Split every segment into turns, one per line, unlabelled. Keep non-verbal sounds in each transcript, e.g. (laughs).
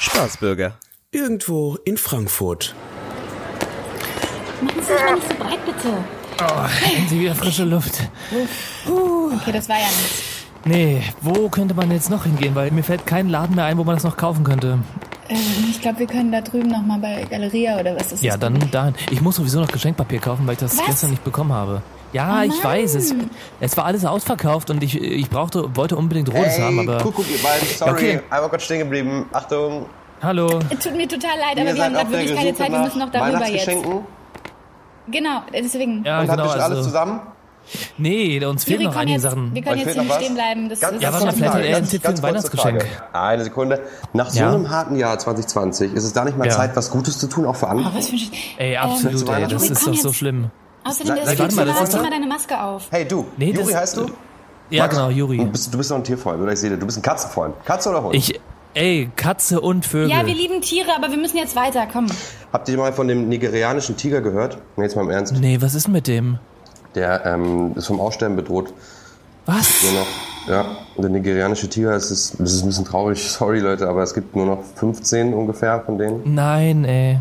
Staatsbürger?
Irgendwo in Frankfurt.
Machen Sie sich mal nicht so breit, bitte.
Sie wieder frische Luft.
Okay, das war ja nichts.
Nee, wo könnte man jetzt noch hingehen? Weil mir fällt kein Laden mehr ein, wo man das noch kaufen könnte.
Ähm, Ich glaube, wir können da drüben nochmal bei Galeria oder was ist
Ja,
das?
dann dahin. Ich muss sowieso noch Geschenkpapier kaufen, weil ich das
Was? Oh
gestern nicht bekommen habe. Ja, ich weiß, es, es war alles ausverkauft und ich, ich brauchte, wollte unbedingt Rotes haben, aber...
Kuckuck, ihr beiden, sorry,
Okay.
einmal kurz stehen geblieben. Achtung,
Hallo.
Tut mir total leid,
ihr
aber wir haben
seid auf der
gerade wirklich keine
Suche
Zeit, wir
nach
müssen noch darüber jetzt.
Weihnachtsgeschenken
Genau, deswegen.
Ja,
und habt
genau,
ihr schon alles
also...
zusammen?
Nee, da uns fehlen
Juri,
noch
komm
einige
jetzt,
Sachen.
wir können
Euch
jetzt
fehlt
hier
noch
nicht
was?
stehen bleiben. Das ist
Ja,
kurze
warte mal, vielleicht hat
Frage,
er einen
ganz-
Tipp für
ganz
ein
kurze Frage.
Weihnachtsgeschenk.
Eine Sekunde. Nach so
Ja.
einem harten Jahr 2020 ist es da nicht mal
Ja.
Zeit, was Gutes zu tun, auch für
Oh,
andere?
was für ein Sch-
Ey,
Ähm,
absolut, ey,
Juri,
das ist
komm
doch so
jetzt.
schlimm.
Außerdem,
Sag-
ist
sag-
warte mal,
warte mal, das
das
ist
mal
doch-
deine Maske auf.
Hey, du,
Nee,
Juri
das-
heißt du?
Ja, genau,
Du
Juri.
bist, du bist noch ein Tierfreund, oder? Ich sehe, dir, du bist ein Katzenfreund. Katze oder Hund?
Ich... Ey, Katze und Vögel.
Ja, wir lieben Tiere, aber wir müssen jetzt weiter, komm.
Habt ihr mal von dem nigerianischen Tiger gehört? Nee, jetzt mal im Ernst.
nee, was ist denn mit dem?
Der ähm, ist vom Aussterben bedroht.
Was?
Nur noch, ja, der nigerianische Tiger, es ist, es ist ein bisschen traurig, (laughs) sorry Leute, aber es gibt nur noch 15 ungefähr von denen.
Mhm. Nein, ey.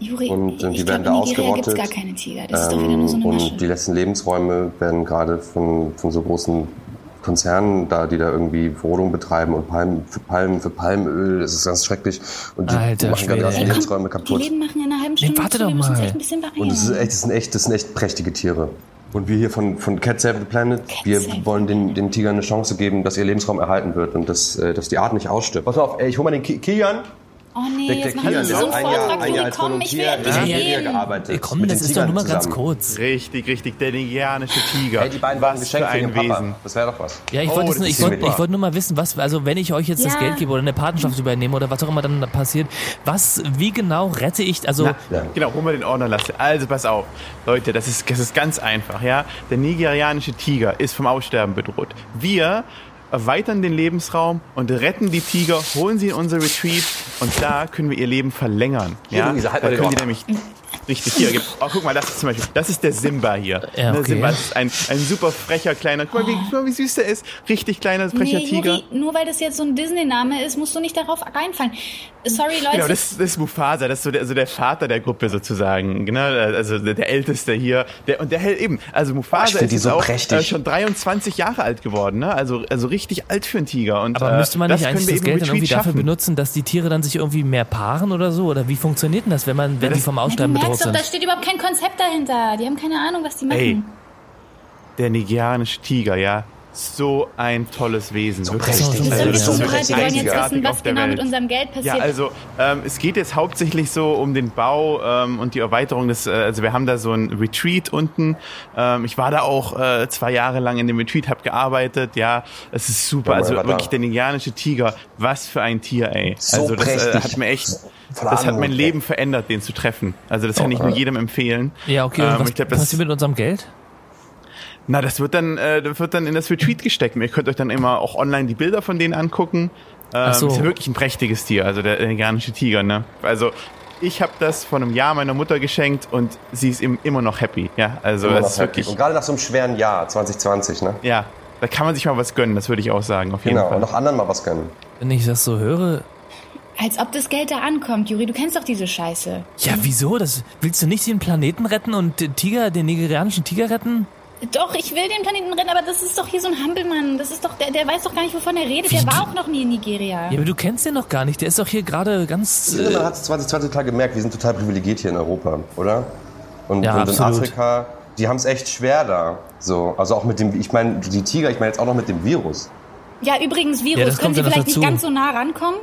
Juri,
Und, äh, die
ich
werden
glaube,
da
in Nigeria gibt es
ausgerottet.
gar keine Tiger. Das ist doch wieder
Ähm,
nur so eine Masche.
und die letzten Lebensräume werden gerade von, von so großen Konzernen da, die da irgendwie Rodung betreiben und Palmen für Palmen, für Palmenöl, das ist ganz schrecklich. Und die
Alter
machen gerade die
Schwede.
ganzen
Komm,
Lebensräume kaputt.
Die Läden machen in einer halben Stunde.
warte
zu,
doch
wir müssen uns
mal.
echt ein bisschen beeilen.
Und das, ist echt, das, sind echt, das sind echt prächtige Tiere. Und wir hier von, von Cat Save the Planet, wir
Save the
wollen den, den Tigern eine Chance geben, dass ihr Lebensraum erhalten wird und dass, äh, dass die Art nicht ausstirbt. Pass auf, ey, ich hol mal den Ki Kian.
oh nee,
Der, der
jetzt machen wir
Kian,
so
der
einen
hat ein Jahr,
Vortrag,
ein Jahr
Juri,
als
komm, ich will
Volontär in
endlich
Nigeria
reden.
Äh,
gearbeitet.
Ey, komm,
mit
das
den
ist doch
Tigern
nur mal ganz
zusammen.
kurz.
Richtig, richtig, der nigerianische Tiger.
Ey, die beiden waren ein
Was
Geschenk
für
für ihren
ein
Papa.
Wesen.
Das wäre doch was.
Ja, ich
Oh,
wollte
das
nur, ich
ist
wollte
super.
ich wollte nur mal wissen, was, also wenn ich euch jetzt das
Ja.
Geld gebe oder eine Patenschaft übernehme oder was auch immer dann da passiert, was, wie genau rette ich, also,
Ja.
Genau, hol mal den Ordner, Lasse. Also pass auf. Leute, das ist, das ist ganz einfach, ja. Der nigerianische Tiger ist vom Aussterben bedroht. Wir erweitern den Lebensraum und retten die Tiger, holen sie in unser Retreat und da können wir ihr Leben verlängern.
Hier,
Ja?
Luisa, halt
da
mal den
können die
Ordner.
nämlich richtig hier. gibt- Oh, guck mal, das ist zum Beispiel, das ist der Simba hier.
Ja,
Ne,
okay.
Simba das ist ein, ein super frecher kleiner. Guck mal, wie, guck mal, wie süß der ist. Richtig kleiner frecher
Nee,
Tiger.
Juri, nur weil das jetzt so ein Disney-Name ist, musst du nicht darauf reinfallen. Sorry, Leute.
Genau, das, das ist Mufasa, das ist so der, also der Vater der Gruppe sozusagen, genau, also der, der Älteste hier, der, und der hält eben, also
ich
Mufasa
find
ist
die
jetzt
so
auch
prächtig.
äh, schon 23 Jahre alt geworden, ne? also, also richtig alt für einen Tiger. Und,
aber
äh,
müsste man nicht
können
eigentlich
wir
das
eben
Geld
im
dann irgendwie
Retreat
dafür
schaffen.
benutzen, dass die Tiere dann sich irgendwie mehr paaren oder so? Oder wie funktioniert denn das, wenn man, wenn die vom
du
Aussterben bedroht
merkst doch, da
sind?
steht überhaupt kein Konzept dahinter. Die haben keine Ahnung, was die machen.
Ey, der nigerianische Tiger, ja, so ein tolles Wesen. So
prächtig.
Die
Also,
sind
das
so
ist
bereit, wir wollen jetzt
einzigartig
wissen, was
auf der
genau mit
Welt.
unserem Geld passiert.
Ja, also ähm, es geht jetzt hauptsächlich so um den Bau ähm, und die Erweiterung des, äh, also wir haben da so ein Retreat unten. Ähm, ich war da auch äh, zwei Jahre lang in dem Retreat, hab gearbeitet, ja, es ist super.
Ja,
Also
aber da-
wirklich der nigerianische Tiger, was für ein Tier, ey.
So
also das äh,
prächtig.
hat mir echt,
Voller
das hat
Anmut,
mein
ey.
Leben verändert, den zu treffen. Also das kann ich nur jedem empfehlen.
Ja, okay, und
Ähm,
was
ich glaub, das-
passiert mit unserem Geld?
na, das wird dann, äh, das wird dann in das Retreat gesteckt. Ihr könnt euch dann immer auch online die Bilder von denen angucken. Ähm,
so.
Ist ja wirklich ein prächtiges Tier, also der nigerianische Tiger, ne? Also ich habe das vor einem Jahr meiner Mutter geschenkt und sie ist im- immer noch happy. Ja, also
Immer
das
noch
ist
happy.
wirklich,
Und gerade nach so einem schweren Jahr 2020, ne?
ja, da kann man sich mal was gönnen, das würde ich auch sagen, auf jeden
Genau,
Fall.
und auch anderen mal was gönnen.
Wenn ich das so höre,
Als ob das Geld da ankommt, Juri. Du kennst doch diese Scheiße.
ja, wieso? Das, willst du nicht den Planeten retten und den Tiger, den nigerianischen Tiger retten?
Doch, ich will den Planeten retten, aber das ist doch hier so ein Hampelmann. Das ist doch, der, der weiß doch gar nicht, wovon er redet. Der war auch noch nie in Nigeria.
Ja, aber du kennst den noch gar nicht, der ist doch hier gerade ganz,
Ich finde,
äh,
man hat es 2020 klar gemerkt, wir sind total privilegiert hier in Europa, oder? Und,
Ja,
und in
absolut.
Afrika, die haben es echt schwer da. So, also auch mit dem, ich meine, die Tiger, ich meine jetzt auch noch mit dem Virus.
Ja, übrigens,
Ja,
Virus,
das
können
kommt
Sie
ja noch
vielleicht nicht
dazu.
ganz so nah rankommen?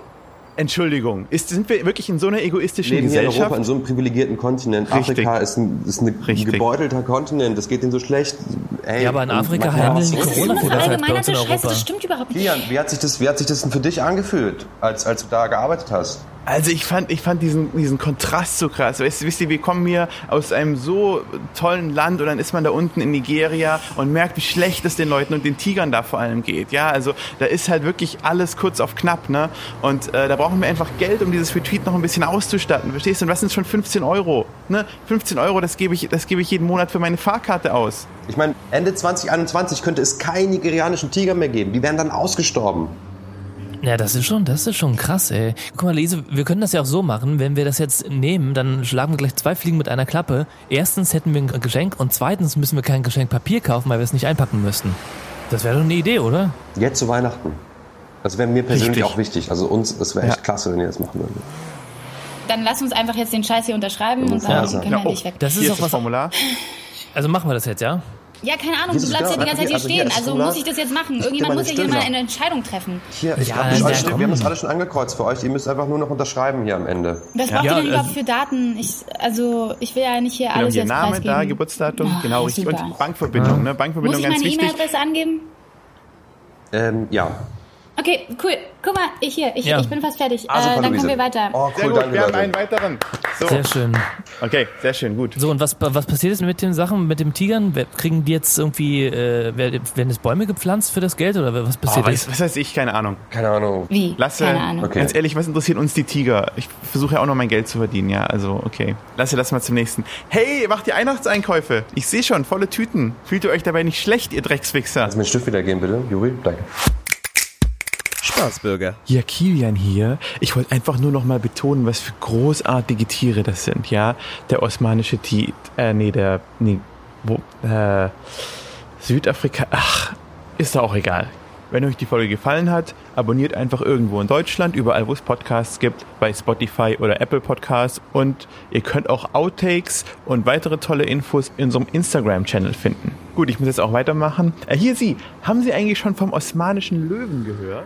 Entschuldigung, ist, sind wir wirklich in so einer egoistischen
Leben hier in
Gesellschaft?
Europa, in so einem privilegierten Kontinent.
Richtig.
Afrika ist ein, ist ein
Richtig.
gebeutelter Kontinent, es geht denen so schlecht. Ey,
ja, aber in
und
Afrika
manchmal-
handeln die
Das ist immer
Corona-Fehler halt bei uns
verallgemeinerte
in
Scheiße.
Europa.
Das stimmt überhaupt nicht.
Kian, wie hat sich das, wie hat sich das denn für dich angefühlt, als, als du da gearbeitet hast?
Also ich fand, ich fand diesen, diesen Kontrast so krass. Weißt, du, wisst ihr, wir kommen hier aus einem so tollen Land und dann ist man da unten in Nigeria und merkt, wie schlecht es den Leuten und den Tigern da vor allem geht. Ja, also da ist halt wirklich alles kurz auf knapp, ne? Und äh, da brauchen wir einfach Geld, um dieses Retreat noch ein bisschen auszustatten. Verstehst du? Und was sind schon 15 Euro? Ne? 15 Euro, das gebe ich, das gebe ich jeden Monat für meine Fahrkarte aus.
Ich meine, Ende 2021 könnte es keinen nigerianischen Tiger mehr geben. Die wären dann ausgestorben.
Ja, das ist schon, das ist schon krass, ey. Guck mal, Lise, wir können das ja auch so machen. Wenn wir das jetzt nehmen, dann schlagen wir gleich zwei Fliegen mit einer Klappe. Erstens hätten wir ein Geschenk und zweitens müssen wir kein Geschenkpapier kaufen, weil wir es nicht einpacken müssten. Das wäre doch eine Idee, oder?
Jetzt zu Weihnachten. Das wäre mir persönlich
Richtig.
auch wichtig. Also uns, das wäre echt
Ja.
klasse, wenn ihr das machen würdet.
Dann lass uns einfach jetzt den Scheiß hier unterschreiben und
Ja, also.
sagen,
ja.
den können
Ja,
wir
oh.
nicht weg.
Das ist
Hier
doch
ist das
was.
Formular.
Also machen wir das jetzt, ja?
Ja, keine
Hier
Ahnung, du
ist
bleibst
es
ja die
klar.
ganze Zeit hier
Also hier
stehen.
ist es
Also
klar.
muss ich das jetzt machen.
Ich
Irgendjemand
geh mal
muss
den
ja hier mal
Stöger.
eine Entscheidung treffen.
Hier, ich
Ja,
glaub, das
na,
alles steht-
komm.
wir haben das alle schon angekreuzt für euch. Ihr müsst einfach nur noch unterschreiben hier am Ende.
Was braucht
Ja,
ihr denn überhaupt
also-
für Daten? Ich, also, ich will ja nicht hier
Genau,
alles
hier
jetzt
Name,
preisgeben.
da, Geburtsdatum,
Ah,
genau richtig.
super.
Und Bankverbindung, ne?
Muss
Bankverbindung
ich
ganz
meine
wichtig.
E-Mail-Adresse angeben?
Ähm, ja.
Okay, cool. Guck mal, ich hier, ich,
Ja.
ich bin fast fertig.
Also,
Ah,
äh,
super,
dann
Luise.
kommen wir weiter.
Oh,
Sehr
cool,
gut,
danke,
wir haben
Leute.
einen weiteren. So,
Sehr schön.
okay, sehr schön, gut.
So, und was, was passiert jetzt mit den Sachen, mit dem Tigern? Wer- Kriegen die jetzt irgendwie, äh, wer- werden jetzt Bäume gepflanzt für das Geld oder was
Oh,
passiert jetzt?
was, was weiß ich, keine Ahnung.
Keine Ahnung.
Wie?
Lasse,
Keine Ahnung.
Okay.
ganz ehrlich, was interessieren uns die Tiger? Ich versuche ja auch noch mein Geld zu verdienen, ja, also okay. Lasse das mal zum nächsten. Hey, macht ihr Weihnachtseinkäufe? Ich sehe schon, volle Tüten. Fühlt ihr euch dabei nicht schlecht, ihr Dreckswichser?
Kannst du mir den Stift wiedergeben, bitte? Juri, danke.
Spaßbürger.
Ja, Kilian hier. Ich wollte einfach nur noch mal betonen, was für großartige Tiere das sind, ja. Der osmanische Tiger, äh, nee, der, nee, wo, äh, Südafrika, ach, ist da auch egal. Wenn euch die Folge gefallen hat, abonniert einfach irgendwo in Deutschland, überall wo es Podcasts gibt, bei Spotify oder Apple Podcasts und ihr könnt auch Outtakes und weitere tolle Infos in unserem Instagram-Channel finden. Gut, ich muss jetzt auch weitermachen. Äh, hier sie, haben Sie eigentlich schon vom osmanischen Löwen gehört?